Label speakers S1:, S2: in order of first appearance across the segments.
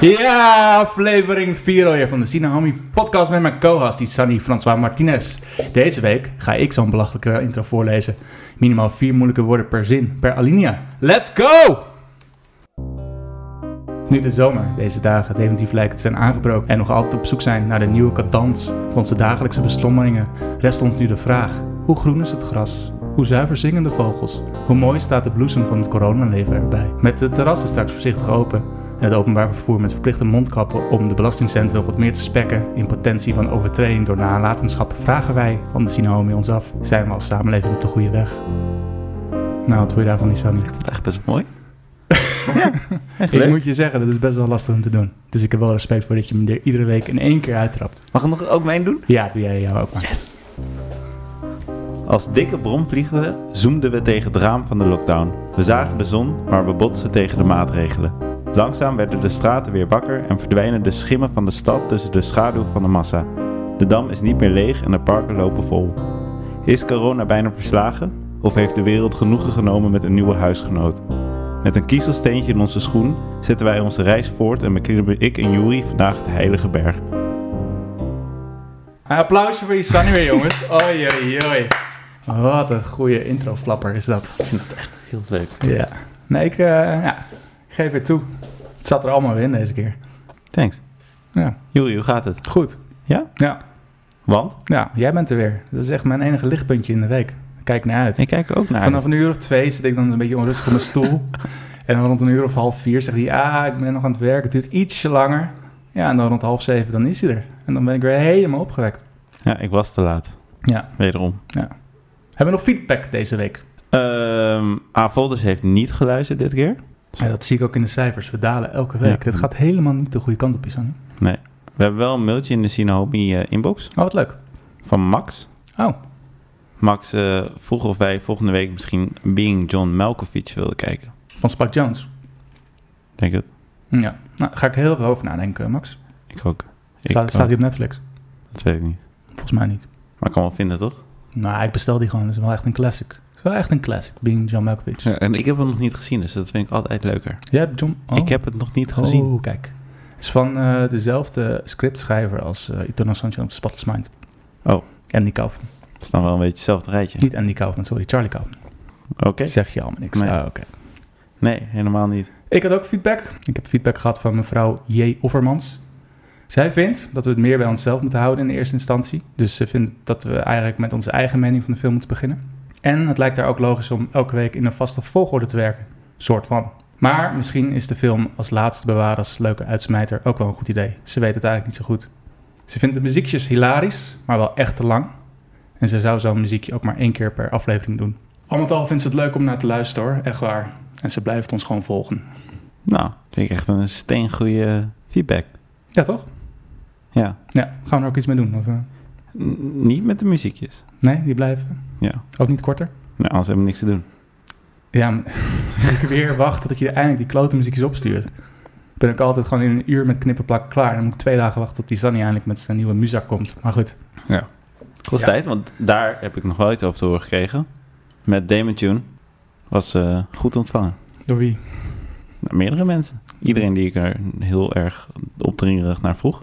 S1: Ja, aflevering 4 alweer van de Sinahami podcast met mijn co-host, die Sunny François Martinez. Deze week ga ik zo'n belachelijke intro voorlezen. Minimaal vier moeilijke woorden per zin, per alinea. Let's go! Nu de zomer deze dagen definitief lijkt te zijn aangebroken en nog altijd op zoek zijn naar de nieuwe cadans van onze dagelijkse beslommeringen, rest ons nu de vraag: hoe groen is het gras? Hoe zuiver zingen de vogels? Hoe mooi staat de bloesem van het coronaleven erbij? Met de terrassen straks voorzichtig open en het openbaar vervoer met verplichte mondkappen om de belastingcenten nog wat meer te spekken in potentie van overtreding door nalatenschappen vragen wij van de Sinaomi ons af: zijn we als samenleving op de goede weg? Nou, wat vond je daarvan, Isani?
S2: Echt best mooi. Echt
S1: Ik
S2: leuk.
S1: moet je zeggen, dat is best wel lastig om te doen. Dus ik heb wel respect voor dat je me er iedere week in één keer uittrapt.
S2: Mag ik nog ook mijn doen?
S1: Ja, doe jij jou ook maar.
S2: Yes! Als dikke bromvliegende zoomden we tegen het raam van de lockdown. We zagen de zon, maar we botsten tegen de maatregelen. Langzaam werden de straten weer wakker en verdwijnen de schimmen van de stad tussen de schaduw van de massa. De dam is niet meer leeg en de parken lopen vol. Is corona bijna verslagen? Of heeft de wereld genoegen genomen met een nieuwe huisgenoot? Met een kiezelsteentje in onze schoen zetten wij onze reis voort en beklimmen ik en Juri vandaag de Heilige Berg.
S1: Een applausje voor Isani weer, jongens. Oi, oi, oi. Wat een goede intro-flapper is dat.
S2: Heel leuk.
S1: Ja. Nee, ik, eh, ja, ik geef het toe. Het zat er allemaal weer in deze keer.
S2: Thanks.
S1: Ja,
S2: Juri, hoe gaat het?
S1: goed.
S2: Ja?
S1: Ja,
S2: Want?
S1: ja jij bent er weer. Dat is echt mijn enige lichtpuntje in de week. Ik Kijk naar uit.
S2: Ik kijk er ook naar.
S1: Vanaf een uur of twee zit ik dan een beetje onrustig op mijn stoel. en dan rond een uur of half vier zegt hij... Ah, ik ben nog aan het werk. Het duurt ietsje langer. Ja, en dan rond half zeven, dan is hij er. En dan ben ik weer helemaal opgewekt.
S2: Ja, ik was te laat.
S1: Ja.
S2: Wederom.
S1: Hebben we nog feedback deze week?
S2: Ehm Avolders heeft niet geluisterd dit keer.
S1: Ja, dat zie ik ook in de cijfers. We dalen elke week.
S2: Ja.
S1: Dat gaat helemaal niet de goede kant op, Isani.
S2: We hebben wel een mailtje in de Sinahomi eh, inbox
S1: Oh, wat leuk.
S2: van Max.
S1: Oh,
S2: Max eh, vroeg of wij volgende week misschien Being John Malkovich wilden kijken.
S1: van Spike Jones.
S2: Denk het.
S1: Ja, nou, daar ga ik heel veel over nadenken, Max.
S2: Ik ook. Ik eh,
S1: Staat,
S2: ook.
S1: staat die op Netflix?
S2: Dat weet ik niet.
S1: Volgens mij niet.
S2: Maar ik kan wel vinden, toch?
S1: Nou, ik bestel die gewoon. Dat is wel echt een classic. Dat is wel echt een classic, Being John Malkovich.
S2: en ik heb hem nog niet gezien, dus dat vind ik altijd leuker.
S1: Jij hebt John... oh.
S2: Ik heb het nog niet gezien.
S1: Oh, kijk. is van eh, dezelfde scriptschrijver als eh Itona Sanchez op Spotless Mind.
S2: Oh.
S1: Andy Kaufman.
S2: Het is dan wel een beetje hetzelfde rijtje.
S1: Niet Andy Kaufman, sorry. Charlie Kaufman.
S2: Oké.
S1: Zeg je allemaal niks.
S2: Nee.
S1: Ah, oké.
S2: Nee, helemaal niet.
S1: Ik had ook feedback. Ik heb feedback gehad van mevrouw J. Offermans. Zij vindt dat we het meer bij onszelf moeten houden in eerste instantie. Dus ze vindt dat we eigenlijk met onze eigen mening van de film moeten beginnen. En het lijkt haar ook logisch om elke week in een vaste volgorde te werken. Soort van. Maar misschien is de film als laatste bewaren als leuke uitsmijter ook wel een goed idee. Ze weet het eigenlijk niet zo goed. Ze vindt de muziekjes hilarisch, maar wel echt te lang. En ze zou zo'n muziekje ook maar één keer per aflevering doen. Al met al vindt ze het leuk om naar te luisteren hoor, echt waar. En ze blijft ons gewoon volgen.
S2: Nou, vind ik echt een steengoede feedback.
S1: Ja, toch?
S2: Ja.
S1: Ja, gaan we er ook iets mee doen? Of, eh?
S2: N- niet met de muziekjes.
S1: nee, die blijven.
S2: Ja.
S1: Ook niet korter?
S2: Nou, anders hebben we niks te doen.
S1: Ja, maar moet ik weer wachten tot je eindelijk die klote muziekjes opstuurt. Ben ik altijd gewoon in een uur met knippen plakken klaar. Dan moet ik twee dagen wachten tot die Sunny eindelijk met zijn nieuwe muzak komt. Maar goed.
S2: Kost
S1: Ja.
S2: tijd, want daar heb ik nog wel iets over te horen gekregen. Met Damon Tune was eh, goed ontvangen.
S1: Door wie?
S2: Nou, meerdere mensen. Iedereen die ik er heel erg opdringerig naar vroeg.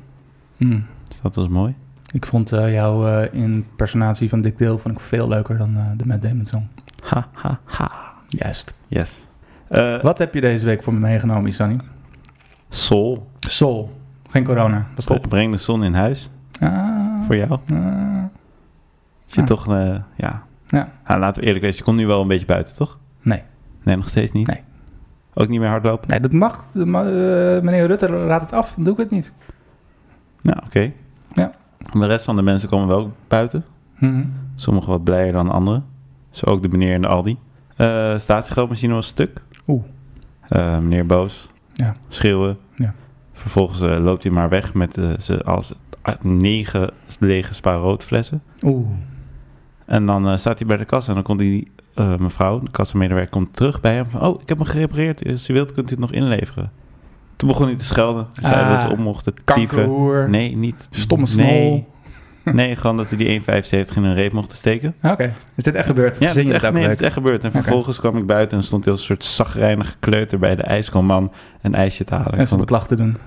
S1: Hm.
S2: Dus dat was mooi.
S1: Ik vond eh jou eh, in personatie van Dick Dale vond ik veel leuker dan eh, de Matt Damon song.
S2: Ha, ha, ha.
S1: Juist.
S2: Yes. Eh,
S1: Wat heb je deze week voor me meegenomen, Sunny?
S2: Sol.
S1: Soul. Geen corona. Was top.
S2: Breng de zon in huis.
S1: Ah,
S2: Voor jou.
S1: ah.
S2: Zit
S1: Ah.
S2: toch, eh, ja.
S1: Ja.
S2: Nou, laten we eerlijk wezen. Je komt nu wel een beetje buiten, toch?
S1: Nee.
S2: Nee, nog steeds niet?
S1: Nee.
S2: Ook niet meer hardlopen?
S1: Nee, dat mag. Eh, maar, eh, meneer Rutte raadt het af. Dan doe ik het niet.
S2: Nou, oké.
S1: Ja.
S2: De rest van de mensen komen wel buiten.
S1: Mhm.
S2: Sommigen wat blijer dan anderen. Zo ook de meneer in de Aldi. Eh statiegrootmachine was stuk.
S1: Oeh.
S2: Eh, meneer boos.
S1: Ja.
S2: Schreeuwen.
S1: Ja.
S2: Vervolgens eh, loopt hij maar weg met eh, ze als uit negen lege spaarroodflessen.
S1: Oeh.
S2: En dan eh, staat hij bij de kassa en dan komt die eh, mevrouw, de kassamedewerker, komt terug bij hem. Van, oh, ik heb hem gerepareerd. Als u wilt, kunt u het nog inleveren. Toen begon hij te schelden. Hij zei
S1: Ah,
S2: dat ze om mochten dieven.
S1: Kankerhoer.
S2: Nee, niet.
S1: Stomme snol.
S2: Nee, nee, gewoon dat hij die 1,75 in een reep mocht steken.
S1: Oké. Is dit echt gebeurd? Of
S2: Ja, dat
S1: verzin
S2: is,
S1: je
S2: echt,
S1: het
S2: nee,
S1: ook
S2: dat is
S1: leuk?
S2: echt gebeurd. En
S1: Oké.
S2: vervolgens kwam ik buiten en stond heel een soort zagrijnige kleuter bij de ijskomman een ijsje te halen. Ik
S1: En ze
S2: vond het-
S1: beklachten doen.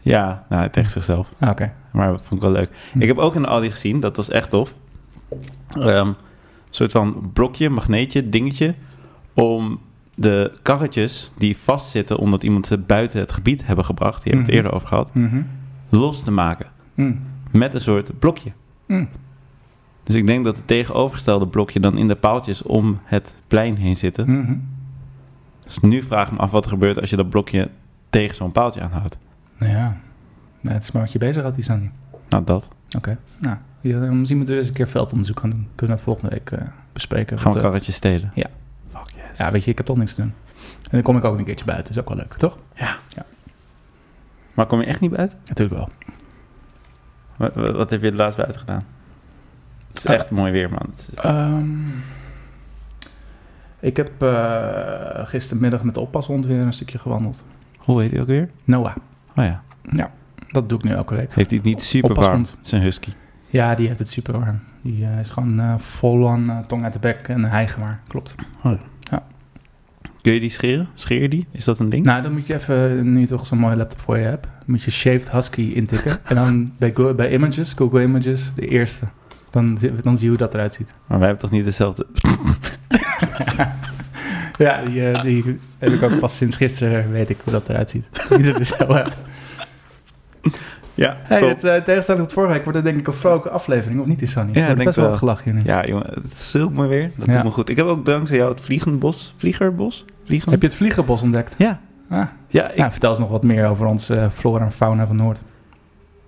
S2: Ja, nou, tegen zichzelf.
S1: Ah, Oké.
S2: Maar dat vond ik wel leuk.
S1: Hm.
S2: Ik heb ook een Aldi gezien, dat was echt tof. Ehm, een soort van brokje, magneetje, dingetje. Om de karretjes die vastzitten omdat iemand ze buiten het gebied hebben gebracht, die hebben we
S1: Mhm.
S2: het eerder over gehad,
S1: Mhm.
S2: los te maken.
S1: Mm.
S2: Met een soort blokje.
S1: Mm.
S2: Dus ik denk dat het tegenovergestelde blokje dan in de paaltjes om het plein heen zitten.
S1: Mhm.
S2: Dus nu vraag ik me af wat er gebeurt als je dat blokje tegen zo'n paaltje aanhoudt.
S1: Nou ja, nou, het is maar wat je bezig had, die Sandy.
S2: Nou, dat.
S1: Oké. Nou, ja, dan misschien moeten we eens een keer veldonderzoek gaan doen. Kunnen we dat volgende week eh, bespreken.
S2: Gaan we
S1: Want, eh,
S2: karretjes stelen?
S1: ja.
S2: Fuck yes.
S1: ja, weet je, ik heb toch niks te doen. En dan kom ik ook een keertje buiten, is ook wel leuk, toch?
S2: Maar kom je echt niet buiten?
S1: Natuurlijk wel.
S2: Wat, wat- wat heb je het laatst buiten gedaan? Het is
S1: Ah.
S2: echt mooi weer, man. Het is-
S1: Ehm, ik heb eh, gistermiddag met de oppashond weer een stukje gewandeld.
S2: Hoe heet hij ook weer?
S1: Noah,
S2: Oh ja.
S1: dat doe ik nu elke week.
S2: Heeft hij het niet super warm?
S1: Oppassend.
S2: Het is een husky.
S1: Ja, die heeft het super warm. Die eh, is gewoon eh, vol aan eh, tong uit de bek en hijgen maar. Klopt.
S2: Kun je die scheren? Scheer je die? Is dat een ding?
S1: Nou, dan moet je even, nu je toch zo'n mooie laptop voor je hebt, moet je Shaved Husky intikken. en dan bij, Go- bij Images, Google Images, de eerste. Dan, zie- dan zie je hoe dat eruit ziet.
S2: Maar wij hebben toch niet dezelfde...
S1: Ja, die, eh, die heb ik ook pas sinds gisteren, weet ik hoe dat eruit ziet. Het ziet er dus zo uit.
S2: Ja,
S1: Hey,
S2: top.
S1: het, eh, in tegenstelling tot vorige week wordt het denk ik een vrolijke aflevering, of niet, Isani?
S2: Ja,
S1: er wordt
S2: denk
S1: best wel
S2: wel.
S1: wat gelach hier nu.
S2: Ja, jongen. Het is zulk mooi weer. Dat
S1: Ja.
S2: doet me goed. Ik heb ook dankzij jou het vliegenbos. Vliegerbos? Vliegen?
S1: Heb je het vliegenbos ontdekt?
S2: Ja.
S1: Ah,
S2: Ja, ik-
S1: nou, vertel eens nog wat meer over onze eh, flora en fauna van Noord.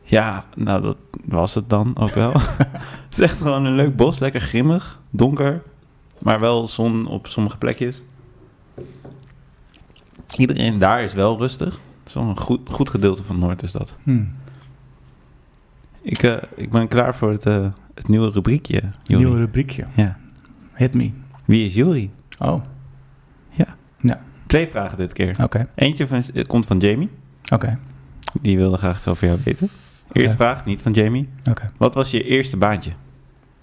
S2: ja, nou dat was het dan ook wel. het is echt gewoon een leuk bos. Lekker grimmig. Donker. Maar wel zon op sommige plekjes. Iedereen daar is wel rustig. Zo'n goed, goed gedeelte van Noord is dat.
S1: Hm.
S2: Ik, eh, ik ben klaar voor het, eh, het nieuwe rubriekje. Juri.
S1: Nieuw rubriekje.
S2: Ja.
S1: Hit me.
S2: Wie is Juri?
S1: Oh, oké.
S2: Twee vragen dit keer.
S1: Oké.
S2: Eentje van, eh, komt van Jamie. Die wilde graag zo van jou weten. Eerste vraag, niet van Jamie.
S1: Oké.
S2: Wat was je eerste baantje?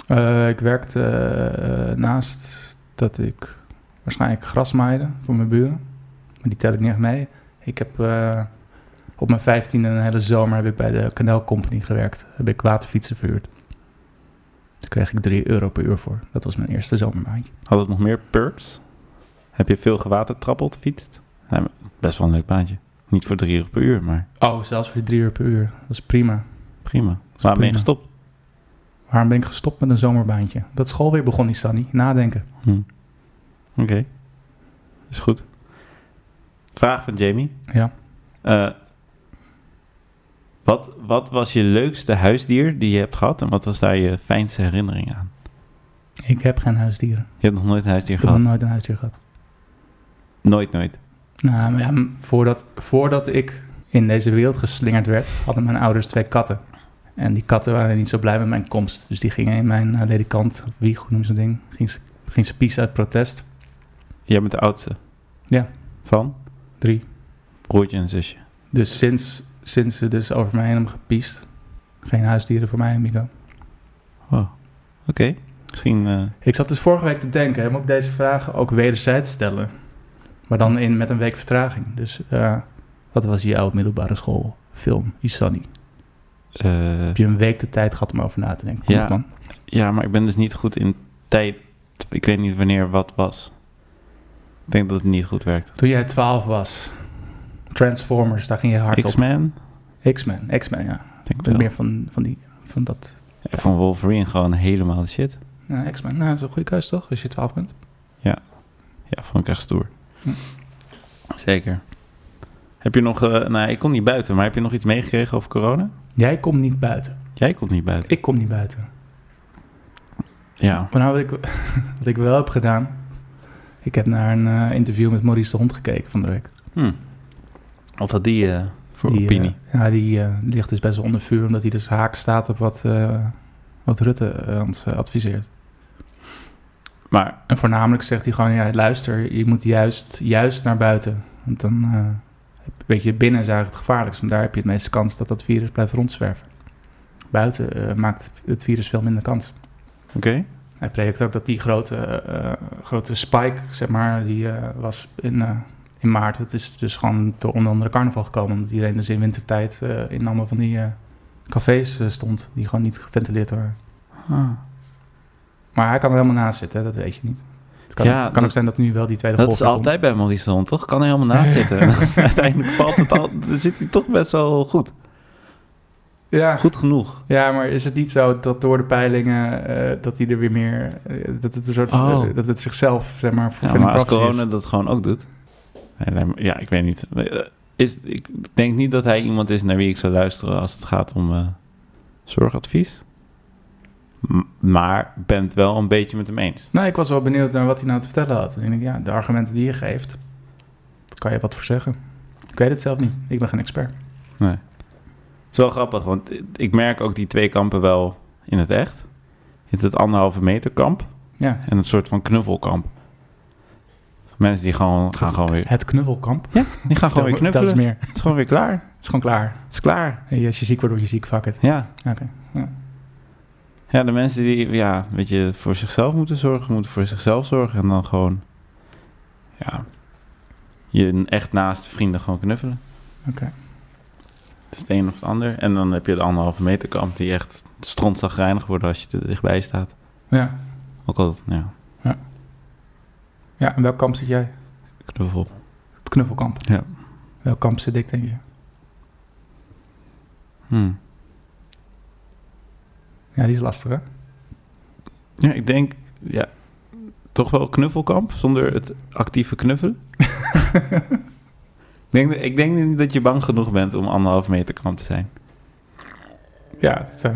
S1: Eh, ik werkte eh, naast dat ik waarschijnlijk gras maaide voor mijn buren. Maar die tel ik niet echt mee. Ik heb eh, op mijn vijftiende een hele zomer heb ik bij de Canal Company gewerkt. Heb ik waterfietsen verhuurd. Daar kreeg ik 3 euro per uur voor. Dat was mijn eerste zomerbaantje.
S2: Had het nog meer perks? Heb je veel gewatertrappeld, fietst? Nou, best wel een leuk baantje. Niet voor drie uur per uur, maar
S1: Oh, zelfs voor 3 euro per uur. Dat is prima.
S2: prima. Waar ben je
S1: prima.
S2: gestopt?
S1: Waarom ben ik gestopt met een zomerbaantje? Dat school weer begon, niet Sunny. Nadenken.
S2: Hm. Oké. Is goed. Vraag van Jamie.
S1: Ja.
S2: Eh, wat, wat was je leukste huisdier die je hebt gehad en wat was daar je fijnste herinnering aan?
S1: Ik heb geen huisdieren.
S2: Je hebt nog nooit een huisdier
S1: Ik heb nog
S2: gehad?
S1: nooit een huisdier gehad.
S2: Nooit, nooit.
S1: Nou, maar ja, m- voordat, voordat ik in deze wereld geslingerd werd, hadden mijn ouders twee katten. En die katten waren niet zo blij met mijn komst. Dus die gingen in mijn eh, ledikant, of wie, hoe noem je zo'n ding, ging ze, ging ze piezen uit protest.
S2: Jij bent de oudste?
S1: Ja.
S2: Van?
S1: Drie.
S2: Broertje en zusje.
S1: Dus sinds, sinds ze dus over mij heen hebben gepiest, geen huisdieren voor mij, Mico.
S2: Wow. Oké. Misschien... eh,
S1: Ik zat dus vorige week te denken, hè, moet ik deze vragen ook wederzijds stellen? Maar dan in, met een week vertraging. Dus eh, wat was jouw middelbare school film, Isani?
S2: eh,
S1: Heb je een week de tijd gehad om over na te denken? Kom
S2: Ja.
S1: op, man.
S2: ja, maar ik ben dus niet goed in tijd. Ik weet niet wanneer wat was. Ik denk dat het niet goed werkt.
S1: Toen jij 12 was, Transformers, daar ging je hard op.
S2: X-Men?
S1: X-Men, X-Men, ja.
S2: Ik Denk
S1: Ik
S2: het
S1: ben
S2: wel.
S1: meer van, van, die, van dat.
S2: Ik vond Wolverine gewoon helemaal de shit.
S1: Ja, X-Men, nou, dat is een goede keus toch, als je 12 bent?
S2: Ja, vond ik echt stoer.
S1: Hm.
S2: Zeker. Heb je nog... eh, nou, ik kom niet buiten, maar heb je nog iets meegekregen over corona?
S1: Jij komt niet buiten.
S2: Jij komt niet buiten.
S1: Ik kom niet buiten.
S2: Ja.
S1: Maar nou, wat ik, wat ik wel heb gedaan. Ik heb naar een eh, interview met Maurice de Hond gekeken van de week.
S2: Hm. Wat had die eh, voor
S1: Die, eh,
S2: opinie?
S1: ja, die eh, ligt dus best wel onder vuur, omdat hij dus haak staat op wat, eh, wat Rutte eh, ons eh, adviseert.
S2: maar
S1: En voornamelijk zegt hij gewoon, ja, luister, je moet juist, juist naar buiten. Want dan, eh, weet je, binnen is eigenlijk het gevaarlijkst. Want daar heb je het meeste kans dat dat virus blijft rondzwerven. Buiten eh, maakt het virus veel minder kans.
S2: oké.
S1: Hij predikt ook dat die grote, eh, grote spike, zeg maar, die eh, was in, eh, in maart. Dat is dus gewoon door onder andere carnaval gekomen. Omdat iedereen dus in wintertijd eh, in allemaal van die eh, cafés eh, stond. Die gewoon niet geventileerd waren. Maar hij kan er helemaal naast zitten, hè, dat weet je niet. Het kan,
S2: Ja,
S1: kan
S2: dat-
S1: ook zijn dat nu wel die tweede
S2: Dat
S1: golf
S2: is
S1: er komt.
S2: altijd bij Madison, toch? Kan er helemaal naast zitten. Uiteindelijk valt het al, dan zit hij toch best wel goed.
S1: Ja,
S2: Goed genoeg.
S1: ja, maar is het niet zo dat door de peilingen eh, dat hij er weer meer... eh, dat, het een soort,
S2: Oh.
S1: eh, dat het zichzelf, zeg maar,
S2: Ja,
S1: fulfilling
S2: maar als
S1: prophecy is.
S2: corona dat gewoon ook doet. Ja, nee, maar- Ja, ik weet niet. Eh, Is, ik denk niet dat hij iemand is naar wie ik zou luisteren als het gaat om eh, zorgadvies. M- maar ik ben het wel een beetje met hem eens.
S1: Nou, ik was wel benieuwd naar wat hij nou te vertellen had. En ik denk, ja, de argumenten die je geeft, daar kan je wat voor zeggen. Ik weet het zelf niet. Ik ben geen expert.
S2: Het is wel grappig, want ik merk ook die twee kampen wel in het echt. Je hebt het anderhalve meter kamp
S1: Ja,
S2: en het soort van knuffelkamp. Mensen die gewoon, gaan gewoon weer
S1: het knuffelkamp.
S2: Die gaan gewoon weer
S1: Vertel-
S2: knuffelen.
S1: vertel eens meer.
S2: Het is gewoon weer klaar.
S1: Het is gewoon klaar.
S2: Het is klaar.
S1: Hey, Als je ziek wordt, word je ziek. Fuck it.
S2: Ja.
S1: Oké. ja.
S2: Ja, de mensen die ja, weet je, voor zichzelf moeten zorgen, moeten voor zichzelf zorgen. En dan gewoon, ja, je echt naast vrienden gewoon knuffelen.
S1: Oké.
S2: Het is het een of het ander. En dan heb je de anderhalve meter kamp die echt strontzagrijnig wordt als je te dichtbij staat.
S1: Ja.
S2: Ook al, ja,
S1: ja, en welk kamp zit jij?
S2: knuffel.
S1: Het knuffelkamp.
S2: Ja.
S1: Welk kamp zit ik, denk je?
S2: Hm.
S1: Ja, die is lastig, hè?
S2: Ja, ik denk, ja, toch wel knuffelkamp zonder het actieve knuffelen. ik, denk, ik denk niet dat je bang genoeg bent om anderhalve meter kamp te zijn.
S1: Ja, dat, eh,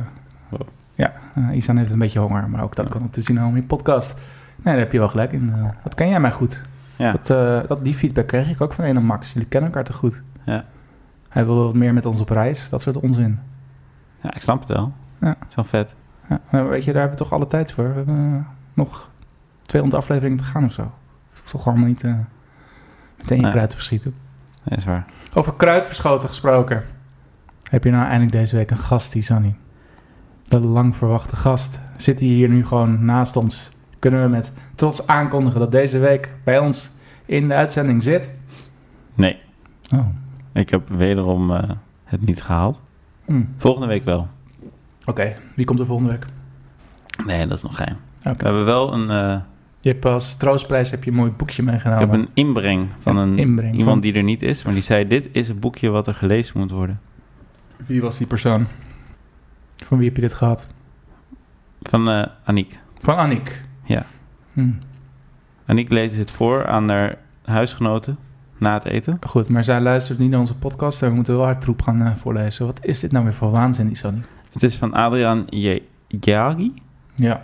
S2: Wow.
S1: ja eh, Isan heeft een beetje honger, maar ook dat kan op te zien allemaal in je podcast. Nee, daar heb je wel gelijk in. eh, dat ken jij mij goed.
S2: Ja.
S1: Dat, eh, dat, die feedback kreeg ik ook van een Max. Jullie kennen elkaar te goed.
S2: Ja.
S1: Hij wil wat meer met ons op reis, dat soort onzin.
S2: Ja, ik snap het wel.
S1: Ja.
S2: Het is wel vet.
S1: Ja, maar weet je, daar hebben we toch alle tijd voor. We hebben eh, nog 200 afleveringen te gaan of zo. Het hoeft toch allemaal niet eh, meteen je
S2: Nee.
S1: kruid te verschieten.
S2: Nee, is waar.
S1: Over kruidverschoten gesproken. Heb je nou eindelijk deze week een gast, Isani? De lang verwachte gast. Zit hij hier nu gewoon naast ons? Kunnen we met trots aankondigen dat deze week bij ons in de uitzending zit?
S2: Nee,
S1: Oh.
S2: ik heb wederom eh, het niet gehaald.
S1: hm.
S2: Volgende week wel.
S1: Oké, wie komt er volgende week?
S2: Nee, dat is nog geheim. We
S1: Oké. Nou,
S2: hebben wel een, eh,
S1: Je hebt als troostprijs heb je een mooi boekje meegenomen.
S2: ik heb een inbreng van een,
S1: inbreng van-
S2: iemand die er niet is. Maar die zei, dit is het boekje wat er gelezen moet worden.
S1: Wie was die persoon? Van wie heb je dit gehad?
S2: Van eh Aniek.
S1: Van Annick.
S2: Ja.
S1: Hm,
S2: Aniek leest het voor aan haar huisgenoten na het eten.
S1: Goed, maar zij luistert niet naar onze podcast en we moeten wel haar troep gaan eh, voorlezen. Wat is dit nou weer voor waanzin, Isani?
S2: Het is van Adriaan Je- Jagi.
S1: Ja.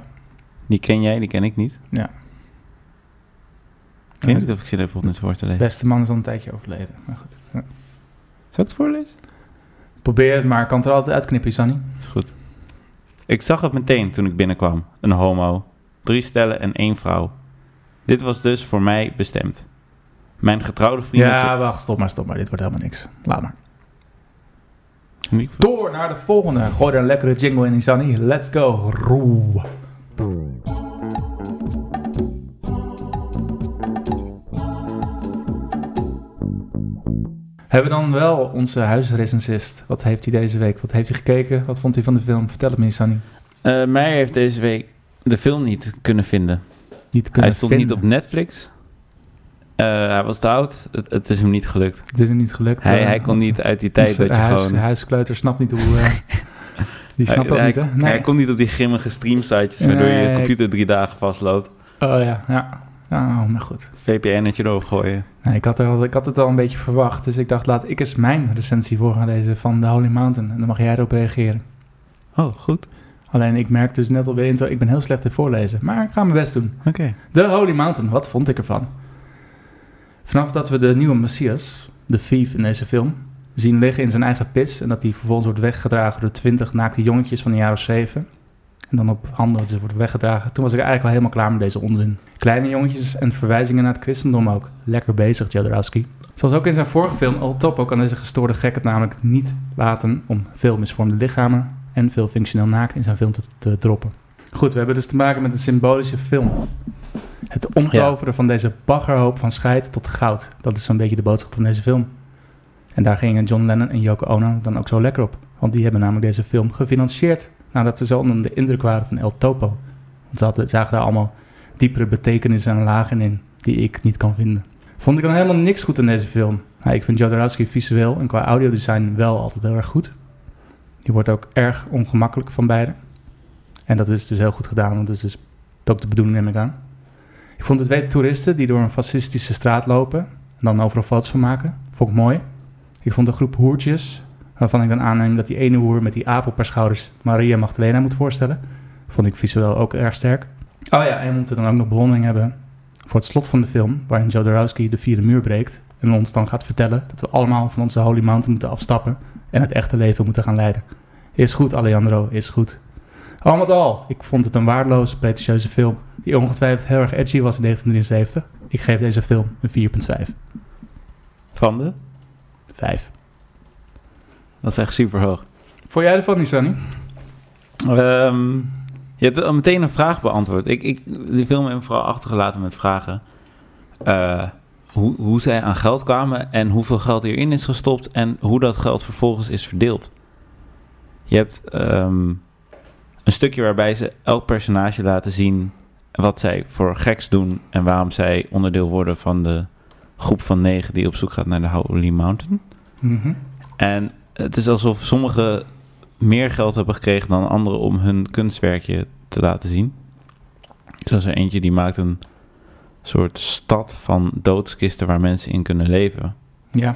S2: Die ken jij, die ken ik niet.
S1: Ja.
S2: Ik weet niet of ik zin heb om het voor te lezen.
S1: beste man is al een tijdje overleden. Maar goed.
S2: Zal ik het voorlezen?
S1: Probeer het maar, kan het er altijd uitknippen, Sunny.
S2: Is goed. Ik zag het meteen toen ik binnenkwam. Een homo. Drie stellen en één vrouw. Dit was dus voor mij bestemd. Mijn getrouwde vrienden...
S1: Ja, wacht, stop maar, stop maar. Dit wordt helemaal niks. Laat maar.
S2: Moet ik-
S1: Door naar de volgende. Gooi er een lekkere jingle in, Sunny. Let's go. Roe. Hebben we dan wel onze huisrecensist? Wat heeft hij deze week? Wat heeft hij gekeken? Wat vond hij van de film? Vertel het me, Sunny.
S2: Eh, Meijer heeft deze week de film niet kunnen vinden.
S1: Niet kunnen
S2: hij stond
S1: vinden.
S2: niet op Netflix. Eh, hij was te oud. Het, het is hem niet gelukt.
S1: Het is hem niet gelukt.
S2: Hij,
S1: eh,
S2: hij kon
S1: want-
S2: niet uit die tijd
S1: Dus
S2: dat je
S1: de huis,
S2: gewoon... eh,
S1: de huiskleuter snapt niet hoe... eh, die snapt dat
S2: hij,
S1: niet, hè?
S2: hij- hij komt niet op die grimmige streamsitejes waardoor
S1: Nee.
S2: je computer drie dagen vastloopt.
S1: Oh ja, ja. Oh, maar goed.
S2: VPN'etje erop gooien.
S1: Nee, ik, had er al, ik had het al een beetje verwacht, dus ik dacht, laat ik eens mijn recensie voor gaan lezen van The Holy Mountain. En dan mag jij erop reageren.
S2: Oh, goed.
S1: Alleen, ik merk dus net al bij de intro, ik ben heel slecht in voorlezen. Maar ik ga mijn best doen.
S2: Oké.
S1: The Holy Mountain, wat vond ik ervan? Vanaf dat we de nieuwe Messias, de thief in deze film, zien liggen in zijn eigen pis... en dat hij vervolgens wordt weggedragen door twintig naakte jongetjes van een jaar of zeven... en dan op handen dus wordt weggedragen, toen was ik eigenlijk al helemaal klaar met deze onzin. Kleine jongetjes en verwijzingen naar het christendom ook. Lekker bezig, Jodorowsky. Zoals ook in zijn vorige film, El Topo kan deze gestoorde gek het namelijk niet laten... om veel misvormde lichamen en veel functioneel naakt in zijn film te, te droppen. Goed, we hebben dus te maken met een symbolische film... Het omtoveren van deze baggerhoop van scheid tot goud. Dat is zo'n beetje de boodschap van deze film. En daar gingen John Lennon en Yoko Ono dan ook zo lekker op. Want die hebben namelijk deze film gefinancierd. Nadat ze zo onder de indruk waren van El Topo. Want ze hadden, zagen daar allemaal diepere betekenissen en lagen in. Die ik niet kan vinden. Vond ik dan helemaal niks goed in deze film. Nou, ik vind Jodorowsky visueel en qua audiodesign wel altijd heel erg goed. Die wordt ook erg ongemakkelijk van beide. En dat is dus heel goed gedaan, want dat is dus ook de bedoeling, neem ik aan. Ik vond het twee toeristen die door een fascistische straat lopen en dan overal foto's van maken. Vond ik mooi. Ik vond een groep hoertjes, waarvan ik dan aanneem dat die ene hoer met die aap op haar schouders Maria Magdalena moet voorstellen. Vond ik visueel ook erg sterk. Oh ja, en we moeten dan ook nog bewondering hebben voor het slot van de film, waarin Jodorowsky de vierde muur breekt en ons dan gaat vertellen dat we allemaal van onze Holy Mountain moeten afstappen en het echte leven moeten gaan leiden. Is goed, Alejandro, is goed. Al met al, ik vond het een waardeloos, pretentieuze film die ongetwijfeld heel erg edgy was in 1973. Ik geef deze film een 4.5.
S2: Van de?
S1: 5.
S2: Dat is echt super hoog.
S1: Vond jij ervan niet, Sunny?
S2: Ehm, je hebt al meteen een vraag beantwoord. Ik, ik, die film heeft me vooral achtergelaten met vragen. Eh, hoe, hoe zij aan geld kwamen en hoeveel geld hierin is gestopt en hoe dat geld vervolgens is verdeeld. Je hebt ehm, een stukje waarbij ze elk personage laten zien wat zij voor geks doen en waarom zij onderdeel worden van de groep van negen die op zoek gaat naar de Howling Mountain.
S1: Mhm.
S2: En het is alsof sommigen meer geld hebben gekregen dan anderen om hun kunstwerkje te laten zien. Zoals er eentje die maakt een soort stad van doodskisten waar mensen in kunnen leven.
S1: Ja,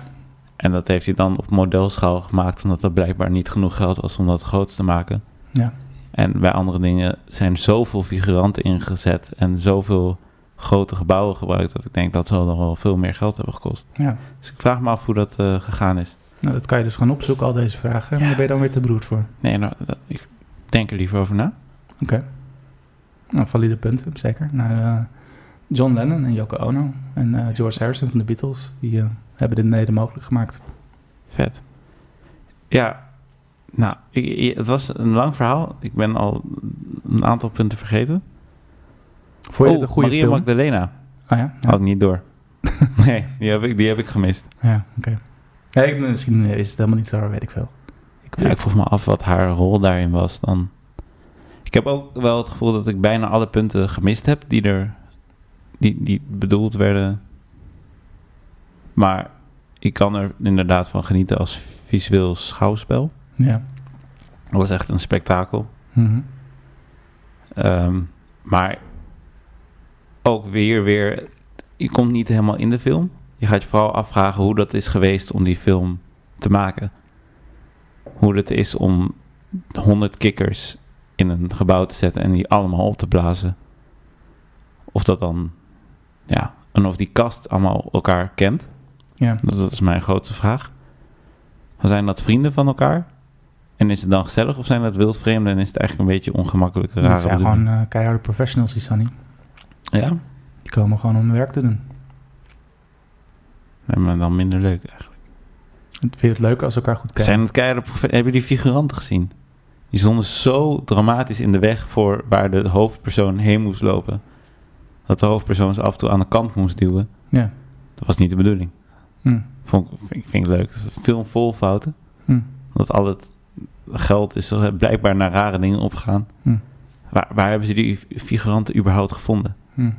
S2: En dat heeft hij dan op modelschaal gemaakt, omdat er blijkbaar niet genoeg geld was om dat groot te maken.
S1: Ja.
S2: En bij andere dingen zijn zoveel figuranten ingezet en zoveel grote gebouwen gebruikt, dat ik denk dat zal nog wel veel meer geld hebben gekost.
S1: ja.
S2: Dus ik vraag me af hoe dat eh, gegaan is.
S1: Nou, dat kan je dus gaan opzoeken, al deze vragen. Maar daar ben je dan weer te broed voor.
S2: Nee, nou, dat- ik denk er liever over na.
S1: Nou, valide punten, zeker. Nou, eh, John Lennon en Yoko Ono en eh, George Harrison van de Beatles, die eh, hebben dit mede mogelijk gemaakt.
S2: Vet. Ja, nou, ik- ik- het was een lang verhaal. Ik ben al een aantal punten vergeten.
S1: Vond je dit
S2: Oh,
S1: een goede
S2: Maria Oh.
S1: film?
S2: Magdalena.
S1: Ah ja? Ja,
S2: Had ik niet door. nee, die heb, ik, die heb ik gemist.
S1: ja oké. Nee, ik- misschien is het helemaal niet zo, weet ik veel. Ik,
S2: Ja, ik vroeg me af wat haar rol daarin was dan. Ik heb ook wel het gevoel dat ik bijna alle punten gemist heb die er die, die bedoeld werden. Maar ik kan er inderdaad van genieten als visueel schouwspel.
S1: ja.
S2: Dat was echt een spektakel.
S1: Mhm.
S2: Ehm, maar ook weer, weer, je komt niet helemaal in de film. Je gaat je vooral afvragen hoe dat is geweest om die film te maken. Hoe het is om 100 kikkers in een gebouw te zetten en die allemaal op te blazen. Of dat dan, ja, en of die kast allemaal elkaar kent.
S1: Ja.
S2: Dat is mijn grootste vraag. Zijn dat vrienden van elkaar? En is het dan gezellig of zijn dat wildvreemden en is het eigenlijk een beetje ongemakkelijke rare
S1: Dat zijn
S2: bedoeling?
S1: gewoon eh, keiharde professionals, die Sunny.
S2: Ja,
S1: Die komen gewoon om hun werk te doen.
S2: nee, maar dan minder leuk eigenlijk.
S1: Vind je het leuk als ze elkaar goed kennen?
S2: Zijn het keiharde profe- Heb je die figuranten gezien? Die stonden zo dramatisch in de weg voor waar de hoofdpersoon heen moest lopen. Dat de hoofdpersoon ze af en toe aan de kant moest duwen.
S1: Ja.
S2: Dat was niet de bedoeling.
S1: Hm.
S2: Vond, ik- vind, ik- vind ik leuk. Het is een Film vol fouten.
S1: Hm.
S2: Dat al het geld is er blijkbaar naar rare dingen opgegaan.
S1: Hm.
S2: Waar, waar hebben ze die figuranten überhaupt gevonden?
S1: Hm.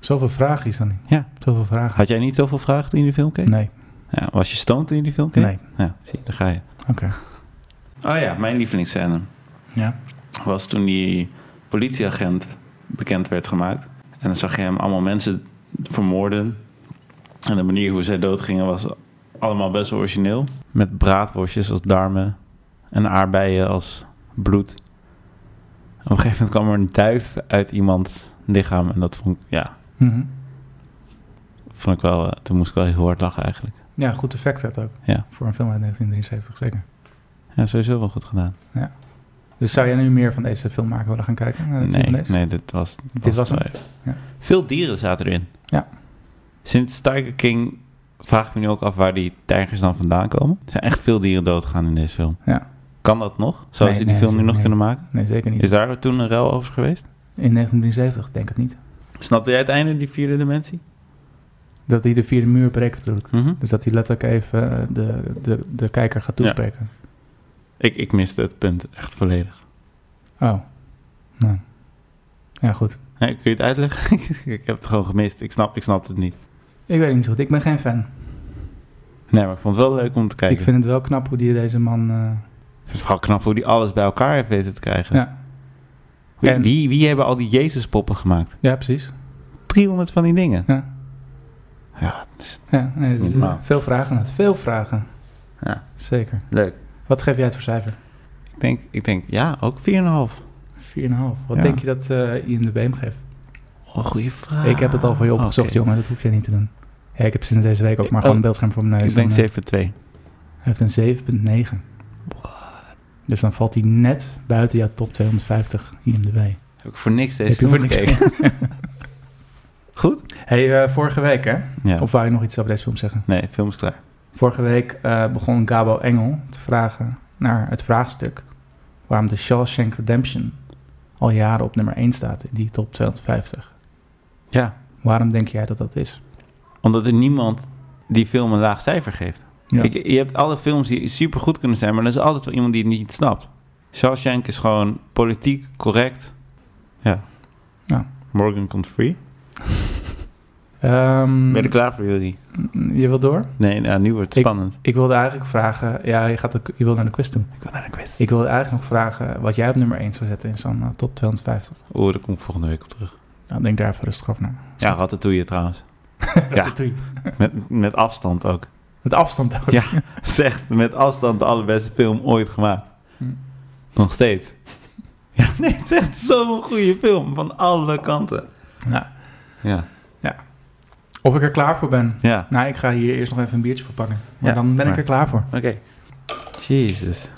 S1: Zoveel vragen, Sunny.
S2: Ja.
S1: Zoveel vragen.
S2: Had jij niet zoveel vragen toen je die film keek?
S1: Nee.
S2: Ja, was je stoned toen je die film keek?
S1: Nee.
S2: Ja, zie, daar ga je.
S1: Oké.
S2: Oh ja, mijn lievelingsscène.
S1: Ja.
S2: was toen die politieagent bekend werd gemaakt. En dan zag je hem allemaal mensen vermoorden. En de manier hoe zij doodgingen was allemaal best wel origineel. Met braadworstjes als darmen en aardbeien als bloed. Op een gegeven moment kwam er een duif uit iemands lichaam. En dat vond ik, ja,
S1: Mhm.
S2: vond ik wel, eh, toen moest ik wel heel hard lachen eigenlijk.
S1: Ja, goed effect dat ook.
S2: Ja.
S1: Voor een film uit 1973, zeker.
S2: Ja, sowieso wel goed gedaan.
S1: Dus zou jij nu meer van deze film maken willen gaan kijken? eh, zien
S2: nee,
S1: van deze?
S2: nee, dit was,
S1: Dit was hem?
S2: het.
S1: Ja.
S2: Veel dieren zaten erin.
S1: Ja.
S2: Sinds Tiger King vraag ik me nu ook af waar die tijgers dan vandaan komen. Er zijn echt veel dieren doodgegaan in deze film.
S1: Ja.
S2: Kan dat nog? Zou
S1: Nee,
S2: ze die
S1: nee,
S2: film
S1: zeker
S2: nu nog
S1: niet.
S2: kunnen maken?
S1: Nee, zeker niet.
S2: Is daar toen een rel over geweest?
S1: In 1973, denk ik niet.
S2: Snapte jij het einde, die vierde dimensie?
S1: Dat hij de vierde muur breekt, bedoel ik.
S2: Mhm.
S1: Dus dat hij letterlijk even eh, de, de, de kijker gaat
S2: Ja.
S1: toespreken.
S2: Ik, ik miste het punt echt volledig.
S1: Oh. Nou. Ja, goed.
S2: Hè, kun je het uitleggen? ik heb het gewoon gemist. Ik snap, ik snap het niet.
S1: Ik weet het niet zo goed. Ik ben geen fan.
S2: Nee, maar ik vond het wel leuk om te kijken.
S1: Ik vind het wel knap hoe die deze man... eh,
S2: Ik vind het vooral knap hoe die alles bij elkaar heeft weten te krijgen.
S1: Ja.
S2: Wie-
S1: En-
S2: Wie, wie hebben al die Jezus-poppen gemaakt?
S1: ja, precies.
S2: 300 van die dingen.
S1: Ja.
S2: Ja, het is
S1: Ja, nee,
S2: Niet
S1: d-
S2: normaal.
S1: veel vragen. Nat. Veel vragen.
S2: Ja.
S1: Zeker.
S2: leuk.
S1: Wat geef jij het voor cijfer? 4,5.
S2: Ik denk, ik denk ja, ook 4,5.
S1: Wat
S2: Ja.
S1: denk je dat eh IMDB hem geeft?
S2: Oh, goede vraag.
S1: Ik heb het al voor je opgezocht,
S2: Oh, Oké.
S1: jongen. Dat hoef jij niet te doen. Ja, ik heb sinds deze week ook maar
S2: Oh.
S1: gewoon een beeldscherm voor mijn neus.
S2: Ik denk
S1: Dan, eh,
S2: 7,2.
S1: Hij heeft een 7,9. Dus dan valt hij net buiten jouw top 250 IMDb.
S2: Heb ik voor niks deze
S1: Heb je
S2: film
S1: voor niks
S2: gekeken. Goed?
S1: Hey, eh, vorige week hè?
S2: Ja.
S1: Of wou je nog iets over deze film zeggen?
S2: Nee, film is klaar.
S1: Vorige week eh, begon Gabo Engel te vragen naar het vraagstuk waarom de Shawshank Redemption al jaren op nummer 1 staat in die top 250.
S2: Ja,
S1: Waarom denk jij dat dat is?
S2: omdat er niemand die film een laag cijfer geeft.
S1: Ja.
S2: Ik, je hebt alle films die super goed kunnen zijn, maar er is altijd wel iemand die het niet snapt. Shawshank is gewoon politiek correct. Ja.
S1: Ja. Mm.
S2: Morgan komt free.
S1: Ehm,
S2: Ben je er klaar voor jullie?
S1: je wil door?
S2: Nee, nou, nu wordt het
S1: Ik-
S2: spannend.
S1: Ik wilde eigenlijk vragen, ja, je, gaat ook, je wil naar de quiz toe.
S2: Ik wil naar de quiz.
S1: Ik wilde eigenlijk nog vragen wat jij op nummer 1 zou zetten in zo'n eh, top 250.
S2: Oeh, daar Oh, kom ik volgende week op terug.
S1: Nou, denk daar even rustig over na.
S2: Ja, Ratatouille trouwens. Ja.
S1: Drie.
S2: Met, met afstand ook.
S1: Met afstand ook.
S2: Ja. Zegt met afstand de allerbeste film ooit gemaakt.
S1: Hm.
S2: Nog steeds. Ja, nee, het is echt zo'n goede film. Van alle kanten.
S1: Nou,
S2: Ja.
S1: of ik er klaar voor ben.
S2: Ja.
S1: Nou, ik ga hier eerst nog even een biertje voor pakken. Maar
S2: Ja,
S1: dan ben ik
S2: maar-
S1: er klaar voor.
S2: Oké. Jezus.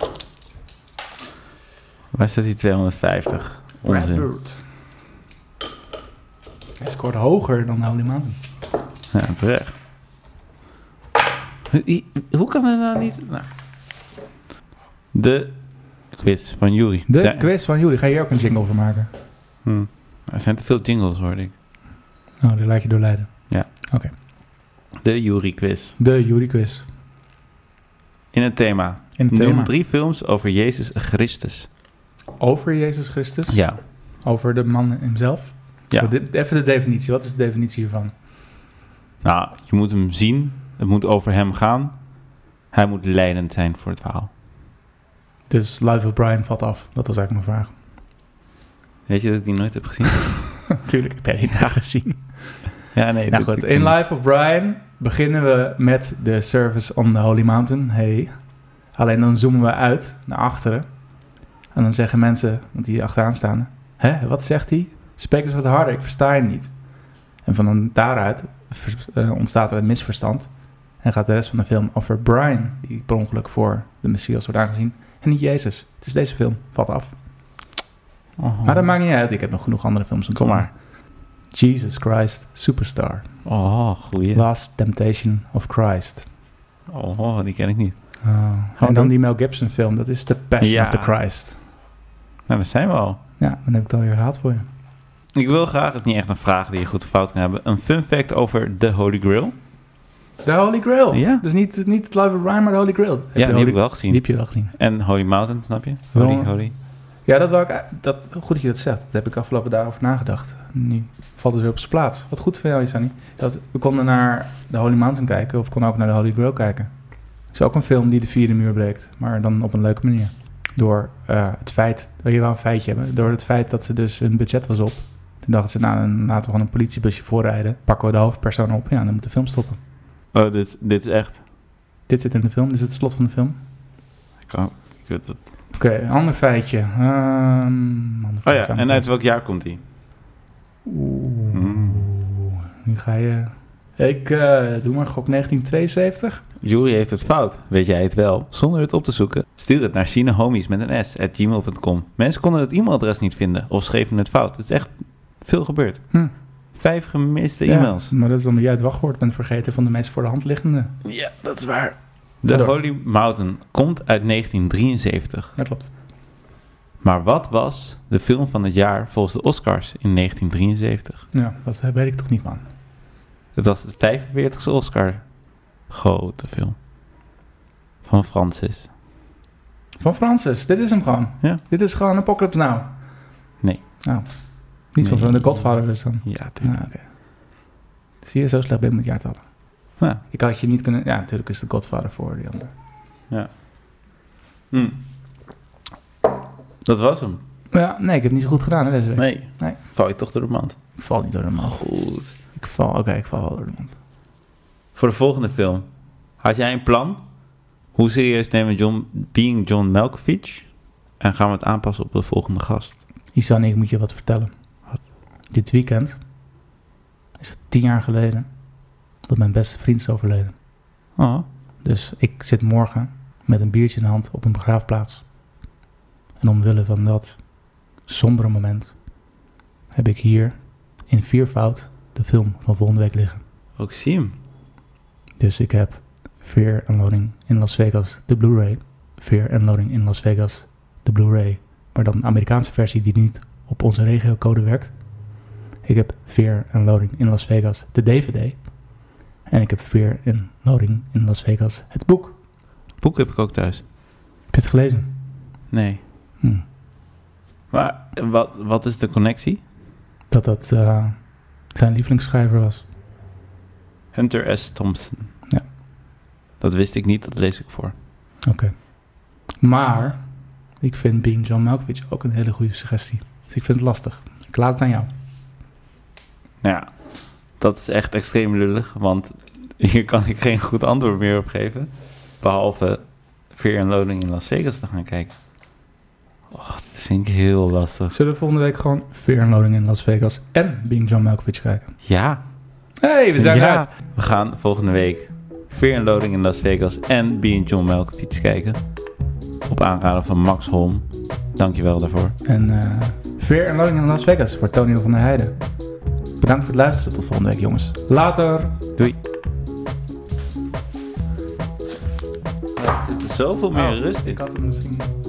S2: Waar staat die 250? Onzin.
S1: Bird. Hij scoort hoger dan Holy Mountain.
S2: Ja, terecht. I- Hoe kan dat nou niet? Nou. De quiz van Jury. Hmm.
S1: De quiz van jullie. Ga je hier ook een jingle voor maken?
S2: Er zijn te veel jingles, hoorde ik.
S1: Oh, die laat je doorleiden.
S2: De Jury quiz.
S1: De Jury quiz.
S2: In het thema.
S1: In het
S2: Noem
S1: thema.
S2: drie films over Jezus Christus.
S1: Over Jezus Christus.
S2: Ja.
S1: Over de man hemzelf.
S2: Ja.
S1: Wat- dit- Even de definitie. Wat is de definitie hiervan?
S2: Nou, je moet hem zien. Het moet over hem gaan. Hij moet leidend zijn voor het verhaal.
S1: Dus Life of Brian valt af. Dat was eigenlijk mijn vraag.
S2: Weet je dat ik die nooit heb gezien?
S1: Tuurlijk, ik ben het gezien.
S2: Ja, nee.
S1: Nou
S2: dat-
S1: goed,
S2: ik-
S1: in Life of Brian beginnen we met de Service on the Holy Mountain. Hey. Alleen dan zoomen we uit naar achteren. En dan zeggen mensen, want die achteraan staan... Hè, wat zegt hij? Spreek eens wat harder, ik versta je niet. En van dan daaruit vers- eh, ontstaat er een misverstand. En gaat de rest van de film over Brian... die per ongeluk voor de Messias wordt aangezien... en niet Jezus. Dus deze film valt af.
S2: Oh.
S1: Maar dat maakt niet uit, ik heb nog genoeg andere films. om te
S2: Kom
S1: doen.
S2: maar.
S1: Jesus Christ, Superstar.
S2: Oh, goeie.
S1: Last Temptation of Christ.
S2: Oh, die ken ik niet.
S1: en
S2: doen.
S1: dan die Mel Gibson film, dat is The Passion
S2: Ja.
S1: of the Christ.
S2: Nou, daar zijn we al.
S1: Ja, dan heb ik het alweer gehad voor je.
S2: Ik wil graag, het is niet echt een vraag die je goed of fout kan hebben, een fun fact over de Holy Grail.
S1: De Holy Grail.
S2: Ja.
S1: Dus niet, niet het Life of Ryan, maar de Holy Grail. Heb je
S2: Ja, die
S1: Holy-
S2: heb ik wel
S1: die
S2: gezien.
S1: heb je wel gezien.
S2: En Holy Mountain, snap je?
S1: Wel-
S2: Holy, holy.
S1: Ja, dat wou ik... Dat, goed dat je dat zegt. Dat heb ik afgelopen dagen over nagedacht. Nu valt het weer op zijn plaats. Wat goed van jou, Isani. Dat we konden naar de Holy Mountain kijken, of we konden ook naar de Holy Grail kijken. Het is ook een film die de vierde muur breekt, maar dan op een leuke manier. Door eh, het feit, wil je wel een feitje hebben, door het feit dat ze dus hun budget was op. Toen dachten ze, nou, dan laten we gewoon een politiebusje voorrijden. Pakken we de hoofdpersoon op, ja, dan moet de film stoppen.
S2: Oh, dit, dit is echt.
S1: Dit zit in de film, dit is het slot van de film.
S2: Ik kan- ik weet het.
S1: Oké, een ander feitje. Ehm, ander
S2: Oh
S1: feitje,
S2: ja,
S1: ander
S2: en uit welk jaar komt die?
S1: Oeh.
S2: Mm.
S1: Nu ga je. Ik eh, doe maar gok 1972.
S2: Jury heeft het fout. Weet jij het wel? Zonder het op te zoeken, stuur het naar cinehomies met een s at gmail.com. Mensen konden het e-mailadres niet vinden of schreven het fout. Het is echt veel gebeurd.
S1: Hm.
S2: Vijf gemiste
S1: Ja,
S2: e-mails.
S1: Maar dat is omdat jij het wachtwoord bent vergeten van de meest voor de hand liggende.
S2: Ja, dat is waar. De
S1: Door.
S2: Holy Mountain komt uit 1973.
S1: Dat klopt.
S2: Maar wat was de film van het jaar volgens de Oscars in 1973?
S1: Ja, dat weet ik toch niet, man.
S2: Het was de 45ste Oscar. Grote film. Van Francis.
S1: Van Francis, dit is hem gewoon.
S2: Ja.
S1: Dit is gewoon Apocalypse Now.
S2: Nee.
S1: Oh. Niet van
S2: Nee.
S1: van de Godfather dus dan.
S2: Ja, tuurlijk.
S1: Ah, oké. Zie je, zo slecht ben ik met jaartallen.
S2: Ja.
S1: Ik had je niet kunnen... Ja, natuurlijk is de Godfather voor die andere.
S2: Hm. Dat was hem.
S1: Maar ja, nee, ik heb niet zo goed gedaan hè, deze week.
S2: Nee. Oh.
S1: Nee.
S2: Val je toch door de mand.
S1: Ik val niet door de mand.
S2: Goed.
S1: Ik val... Oké, ik val wel door de mand.
S2: Voor de volgende film. Had jij een plan? Hoe serieus nemen we John, Being John Malkovich? En gaan we het aanpassen op de volgende gast?
S1: Isan, ik moet je wat vertellen.
S2: Wat?
S1: Dit weekend is het tien jaar geleden dat mijn beste vriend is overleden.
S2: Oh,
S1: Dus ik zit morgen met een biertje in de hand op een begraafplaats. En omwille van dat sombere moment heb ik hier in viervoud de film van volgende week liggen.
S2: ook zie hem.
S1: Dus ik heb Fear and Loading in Las Vegas, de Blu-ray. Fear and Loading in Las Vegas, de Blu-ray. Maar dan een Amerikaanse versie die niet op onze regiocode werkt. Ik heb Fear and Loading in Las Vegas, de DVD. En ik heb Fear and Loading in Las Vegas, het boek.
S2: Boek heb ik ook thuis.
S1: Heb je het gelezen?
S2: Nee.
S1: Hm.
S2: Maar eh, wat, wat is de connectie?
S1: Dat dat eh, zijn lievelingsschrijver was.
S2: Hunter S. Thompson.
S1: Ja.
S2: Dat wist ik niet, dat lees ik voor.
S1: Maar ik vind Being John Malkovich ook een hele goede suggestie. Dus ik vind het lastig. Ik laat het aan jou.
S2: Nou ja, dat is echt extreem lullig, want hier kan ik geen goed antwoord meer op geven. Behalve Fear and Loading in Las Vegas te gaan kijken. Och, dat vind ik heel lastig.
S1: Zullen we volgende week gewoon Fear and Loading in Las Vegas en Being John Malkovich kijken?
S2: Ja,
S1: hey, we zijn
S2: ja.
S1: eruit.
S2: We gaan volgende week Fear and Loading in Las Vegas en Being John Malkovich kijken. Op aanraden van Max Holm. Dankjewel daarvoor.
S1: En eh Fear and Loading in Las Vegas voor Tonio van der Heijden. Bedankt voor het luisteren. Tot volgende week, jongens. Later.
S2: Er zit zoveel meer
S1: Oh,
S2: rust in.
S1: Ik had hem misschien... eh,